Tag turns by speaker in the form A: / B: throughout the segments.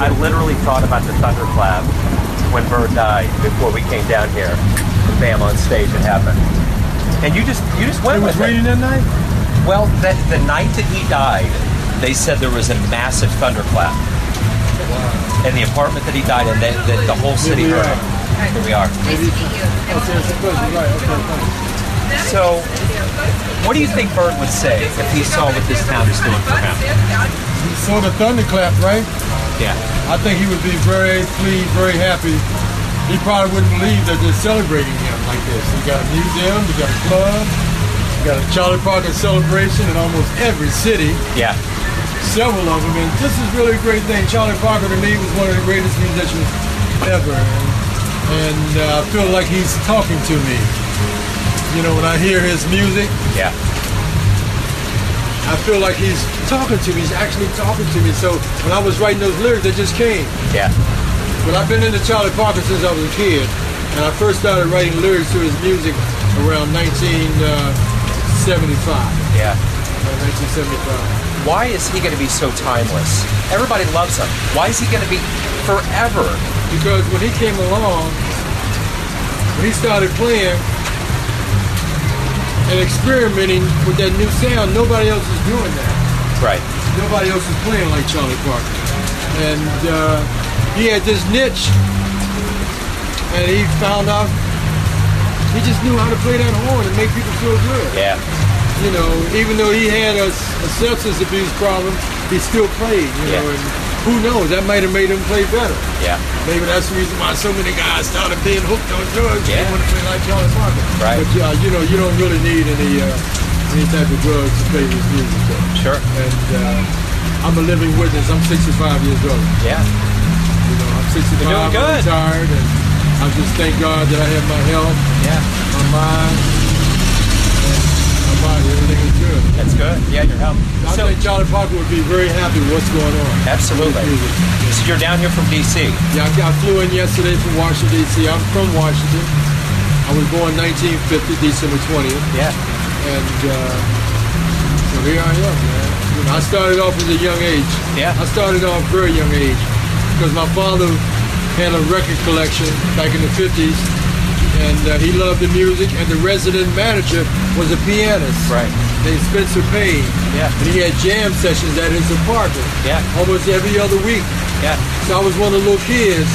A: I literally thought about the thunderclap when Bird died before we came down here. Bam on stage, it happened. And you just you just went
B: It was
A: with
B: raining
A: it.
B: that night.
A: Well, that the night that he died, they said there was a massive thunderclap in the apartment that he died in. That, that the whole city
B: Here we
A: heard.
B: are.
A: Here we are.
C: Nice to meet you.
B: Okay, it's Oh, good. You're right. Okay, thanks.
A: So, what do you think Bird would say if he saw what this town is doing for him?
B: You saw the thunderclap, right?
A: Yeah.
B: I think he would be very pleased, very happy. He probably wouldn't believe that they're celebrating him like this. You got a museum, you got a club, you got a Charlie Parker celebration in almost every city,
A: Yeah.
B: several of them, and this is really a great thing. Charlie Parker to me was one of the greatest musicians ever, and, and uh, I feel like he's talking to me. You know, when I hear his music,
A: Yeah.
B: I feel like he's talking to me. He's actually talking to me. So when I was writing those lyrics, they just came.
A: Yeah.
B: But I've been into Charlie Parker since I was a kid, and I first started writing lyrics to his music around uh, 1975. Around
A: Yeah.
B: 1975.
A: why is he going to be so timeless? Everybody loves him. Why is he going to be forever?
B: Because when he came along, when he started playing and experimenting with that new sound, nobody else is doing that.
A: Right.
B: nobody else was playing like Charlie Parker. And uh, he had this niche, and he found out he just knew how to play that horn and make people feel good.
A: Yeah.
B: You know, even though he had a, a substance abuse problem, he still played. You know,
A: Yeah.
B: and who knows? That might have made him play better.
A: Yeah.
B: Maybe that's the reason why so many guys started being hooked on drugs. They
A: Yeah.
B: want to play like Charlie Parker.
A: Right.
B: But uh, you know, you don't really need any uh, any type of drugs to play this music. Though
A: Sure.
B: and uh, I'm a living witness. I'm 65 years old.
A: Yeah.
B: You know, I'm
A: You're
B: 65.
A: doing good.
B: I'm retired, and I just thank God that I have my health,
A: Yeah.
B: my mind, and my body. Everything is good.
A: That's good. Yeah, your help.
B: I
A: So,
B: think Charlie Parker would be very happy with what's going on.
A: absolutely. So you're down here from D.C.
B: Yeah, I, I flew in yesterday from Washington D.C. I'm from Washington. I was born 1950, December 20th.
A: Yeah.
B: and uh, so here I am, man. You know, I started off at a young age.
A: Yeah.
B: I started off very young age because my father had a record collection back in the 50s, and uh, he loved the music. And the resident manager was a pianist
A: Right.
B: named Spencer Payne.
A: Yeah.
B: And he had jam sessions at his apartment.
A: Yeah.
B: Almost every other week.
A: Yeah.
B: So I was one of the little kids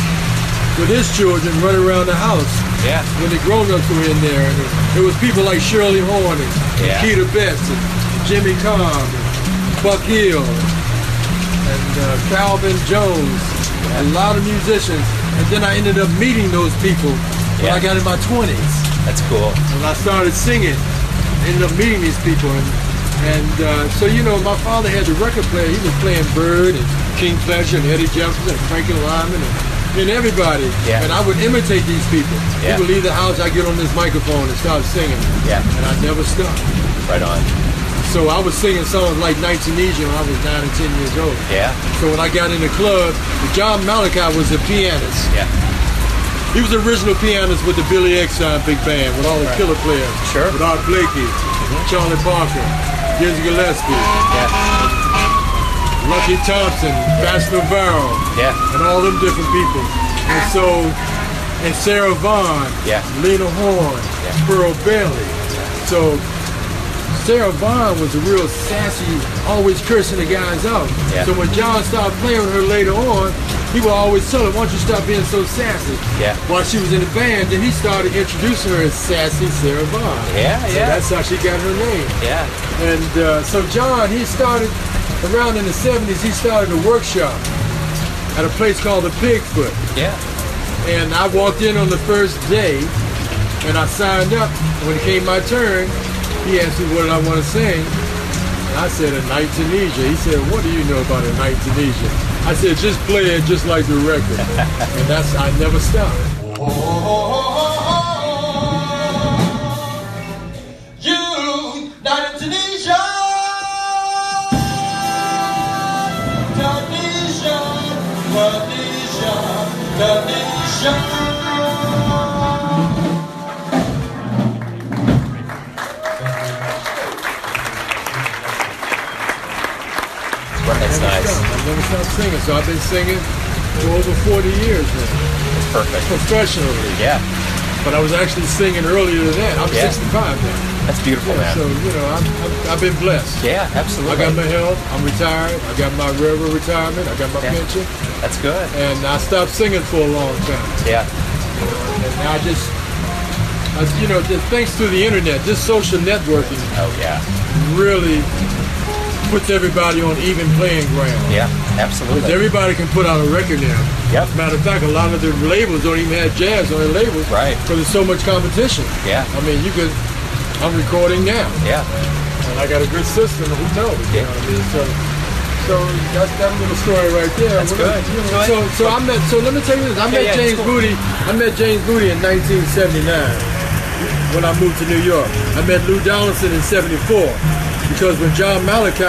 B: with his children running around the house
A: Yeah.
B: when the grown-ups were in there. And it was people like Shirley Horn and
A: Yeah.
B: Peter Betts and Jimmy Cobb and Buck Hill and uh, Calvin Jones, a lot of musicians. And then I ended up meeting those people when I
A: Yeah.
B: got in my 20s.
A: That's cool.
B: When I started singing, ended up meeting these people. And, and uh, so, you know, my father had the record player. He was playing Bird and King Pleasure and Eddie Jefferson and Frankie Lyman and, and everybody.
A: Yeah.
B: And I would imitate these people.
A: Yeah.
B: People leave the house, I get on this microphone and start singing.
A: Yeah.
B: And I never stopped.
A: Right on.
B: So I was singing songs like 19 Egypt when I was 9 and 10 years old.
A: Yeah.
B: So when I got in the club, John Malachi was the pianist.
A: Yeah.
B: He was the original pianist with the Billy Exxon big band, with all the killer players.
A: Sure.
B: With Art Blakey, Charlie Parker, Dizzy Gillespie,
A: Yeah.
B: Lucky Thompson, Bass Navarro,
A: Yeah.
B: and all them different people. And so, and Sarah Vaughn,
A: Yeah.
B: Lena Horne,
A: Yeah.
B: Pearl Bailey. So Sarah Vaughn was a real sassy, always cursing the guys out.
A: Yeah.
B: So when John started playing with her later on, he would always tell her, why don't you stop being so sassy?
A: Yeah.
B: While she was in the band, then he started introducing her as sassy Sarah Vaughn.
A: Yeah,
B: so
A: yeah.
B: that's how she got her name.
A: Yeah.
B: And uh, so John, he started around in the 70s, he started a workshop at a place called the Pigfoot.
A: Yeah.
B: And I walked in on the first day and I signed up. When it came my turn, he asked me what did I want to sing. And I said, A Night Tunisia. He said, What do you know about A Night Tunisia? I said, Just play it just like the record. and that's, I never stopped.
D: You, not in Tunisia. Tunisia, Tunisia, Tunisia.
A: That's
B: Never
A: nice.
B: stopped. I never stopped singing, so I've been singing for over 40 years now,
A: It's perfect.
B: professionally.
A: Yeah,
B: But I was actually singing earlier than that. I'm
A: Yeah.
B: 65 now.
A: that's beautiful,
B: Yeah, so,
A: man.
B: you know, I'm, I'm, I've been blessed.
A: Yeah,
B: I got my
A: absolutely.
B: health. I'm retired. I got my railroad retirement. I got my
A: Yeah.
B: pension.
A: That's good.
B: And I stopped singing for a long time.
A: Yeah,
B: And I just, I, you know, just thanks to the internet, this social networking
A: oh yeah,
B: really puts everybody on even playing ground.
A: yeah,
B: Because
A: absolutely.
B: everybody can put out a record now.
A: Yep,
B: Matter of fact, a lot of the labels don't even have jazz on their labels.
A: Right.
B: Because there's so much competition.
A: Yeah.
B: I mean, you could, I'm recording now.
A: yeah,
B: And I got a good system, who knows? You
A: Yeah.
B: know what I mean? So, so that's that little story right there.
A: That's
B: What
A: good.
B: else, you know,
A: So
B: so, so I met. So let me tell you this. I
A: Yeah,
B: met
A: yeah,
B: James
A: it's cool.
B: Booty. I met James Booty in 1979 when I moved to New York. I met Lou Donaldson in '74 because when John Malachi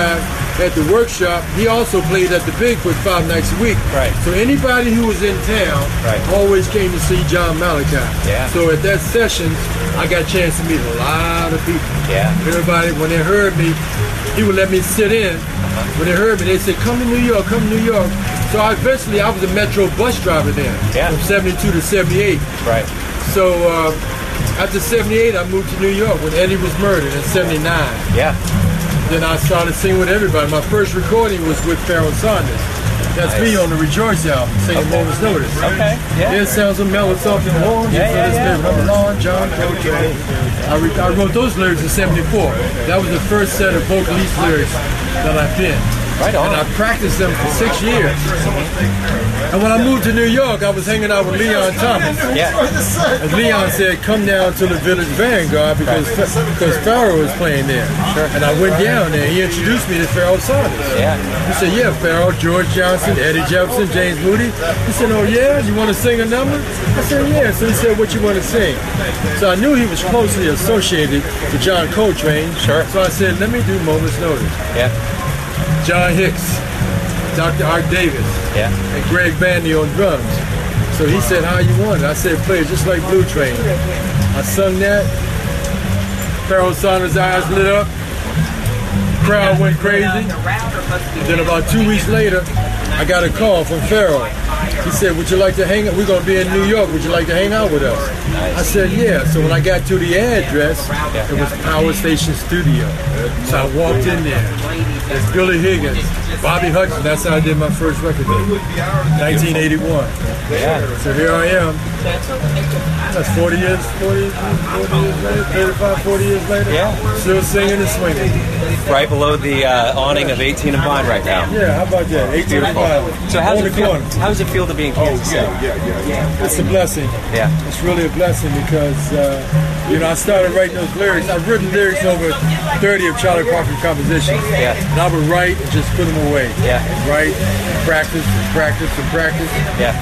B: at the workshop, he also played at the Bigfoot five nights a week.
A: Right.
B: So anybody who was in town
A: Right.
B: always came to see John Malachi.
A: Yeah.
B: So at that session, I got a chance to meet a lot of people.
A: yeah,
B: Everybody, when they heard me, he would let me sit in. When they heard me, they said, come to New York, come to New York. So I eventually, I was a Metro bus driver then,
A: Yeah.
B: from 72 to 78.
A: right.
B: So uh, after 78, I moved to New York when Eddie was murdered in 79.
A: Yeah,
B: Then I started singing with everybody. My first recording was with Pharoah Saunders. That's me
A: Nice.
B: on the Rejoice album, singing
A: Okay.
B: Moment's Notice.
A: Okay, yeah.
B: It sounds a mellow soft and warm.
A: Yeah, yeah, yeah.
B: I'm alone, John. Cocho. I, re- I wrote those lyrics in 74. That was the first set of vocalese lyrics that I did.
A: right
B: And I
A: on.
B: practiced them for six years. And when I moved to New York, I was hanging out with Leon Thomas.
A: Yeah,
B: And Leon said, "Come down to the Village Vanguard because because Pharaoh was playing there." And I went down there. He introduced me to Pharaoh Saunders.
A: yeah,
B: He said, "Yeah, Pharaoh, George Johnson, Eddie Jefferson, James Moody." He said, "Oh yeah, you want to sing a number?" I said, "Yeah." So he said, "What you want to sing?" So I knew he was closely associated with John Coltrane.
A: Sure.
B: So I said, "Let me do Moments Notice."
A: yeah,
B: John Hicks, Dr. Art Davis,
A: yeah,
B: and Greg Bandy on drums. So he said, how you want it? I said, play it just like Blue Train. I sung that. Pharaoh Saunders' eyes lit up. Crowd went crazy. Then about two weeks later, I got a call from Pharaoh. He said, would you like to hang out? We're going to be in New York. Would you like to hang out with us? I said, yeah. So when I got to the address, it was Power Station Studio. So I walked in there. It's Billy Higgins, Bobby Hutchins. That's how I did my first record, deal. 1981.
A: yeah.
B: So here I am. That's 40 years, 40, 40 years later, 35, 40 years later.
A: Yeah.
B: Still singing and swinging.
A: Right below the uh, awning of 18 and Vine right now.
B: Yeah, how about that? oh 1885.
A: So how's
B: On
A: it
B: the
A: feel?
B: corner.
A: How does it feel to be in
B: Oh,
A: Kansas City?
B: It's a blessing.
A: Yeah,
B: It's really a blessing because, uh, you know, I started writing those lyrics. I've written lyrics over 30 of Charlie Parker compositions.
A: Yeah.
B: And I would write and just put them away.
A: Yeah.
B: Write, practice, and practice, and practice.
A: yeah,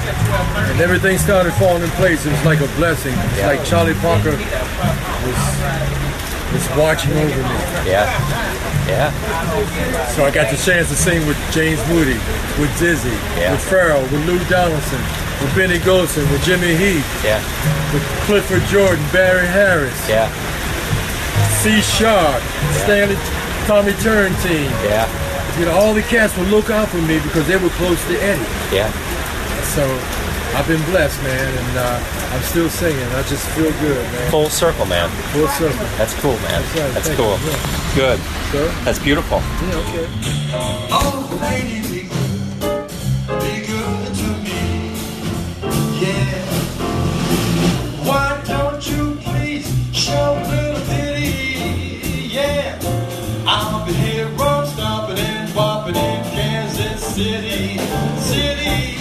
B: And everything started falling in place. It was like a blessing. It's
A: Yeah.
B: like Charlie Parker was was watching over me.
A: yeah, yeah,
B: So I got the chance to sing with James Moody, with Dizzy,
A: Yeah.
B: with Farrell, with Lou Donaldson, with Benny Golson, with Jimmy Heath,
A: yeah,
B: with Clifford Jordan, Barry Harris,
A: yeah,
B: C. Sharp, Stanley, Tommy Turrentine.
A: yeah,
B: You know, all the cats would look out for me because they were close to Eddie.
A: yeah.
B: So I've been blessed, man, and uh, I'm still singing. I just feel good, man.
A: Full circle, man.
B: Full circle.
A: That's cool, man.
B: right.
A: That's
B: Thank
A: cool.
B: you.
A: Good.
B: Sir?
A: That's beautiful.
B: Yeah, okay.
D: Oh, lady, be good, be good to me, yeah. Why don't you please show a little pity, yeah? I'll be here road stomping and bopping in Kansas City, city.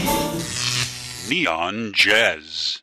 C: Neon Jazz.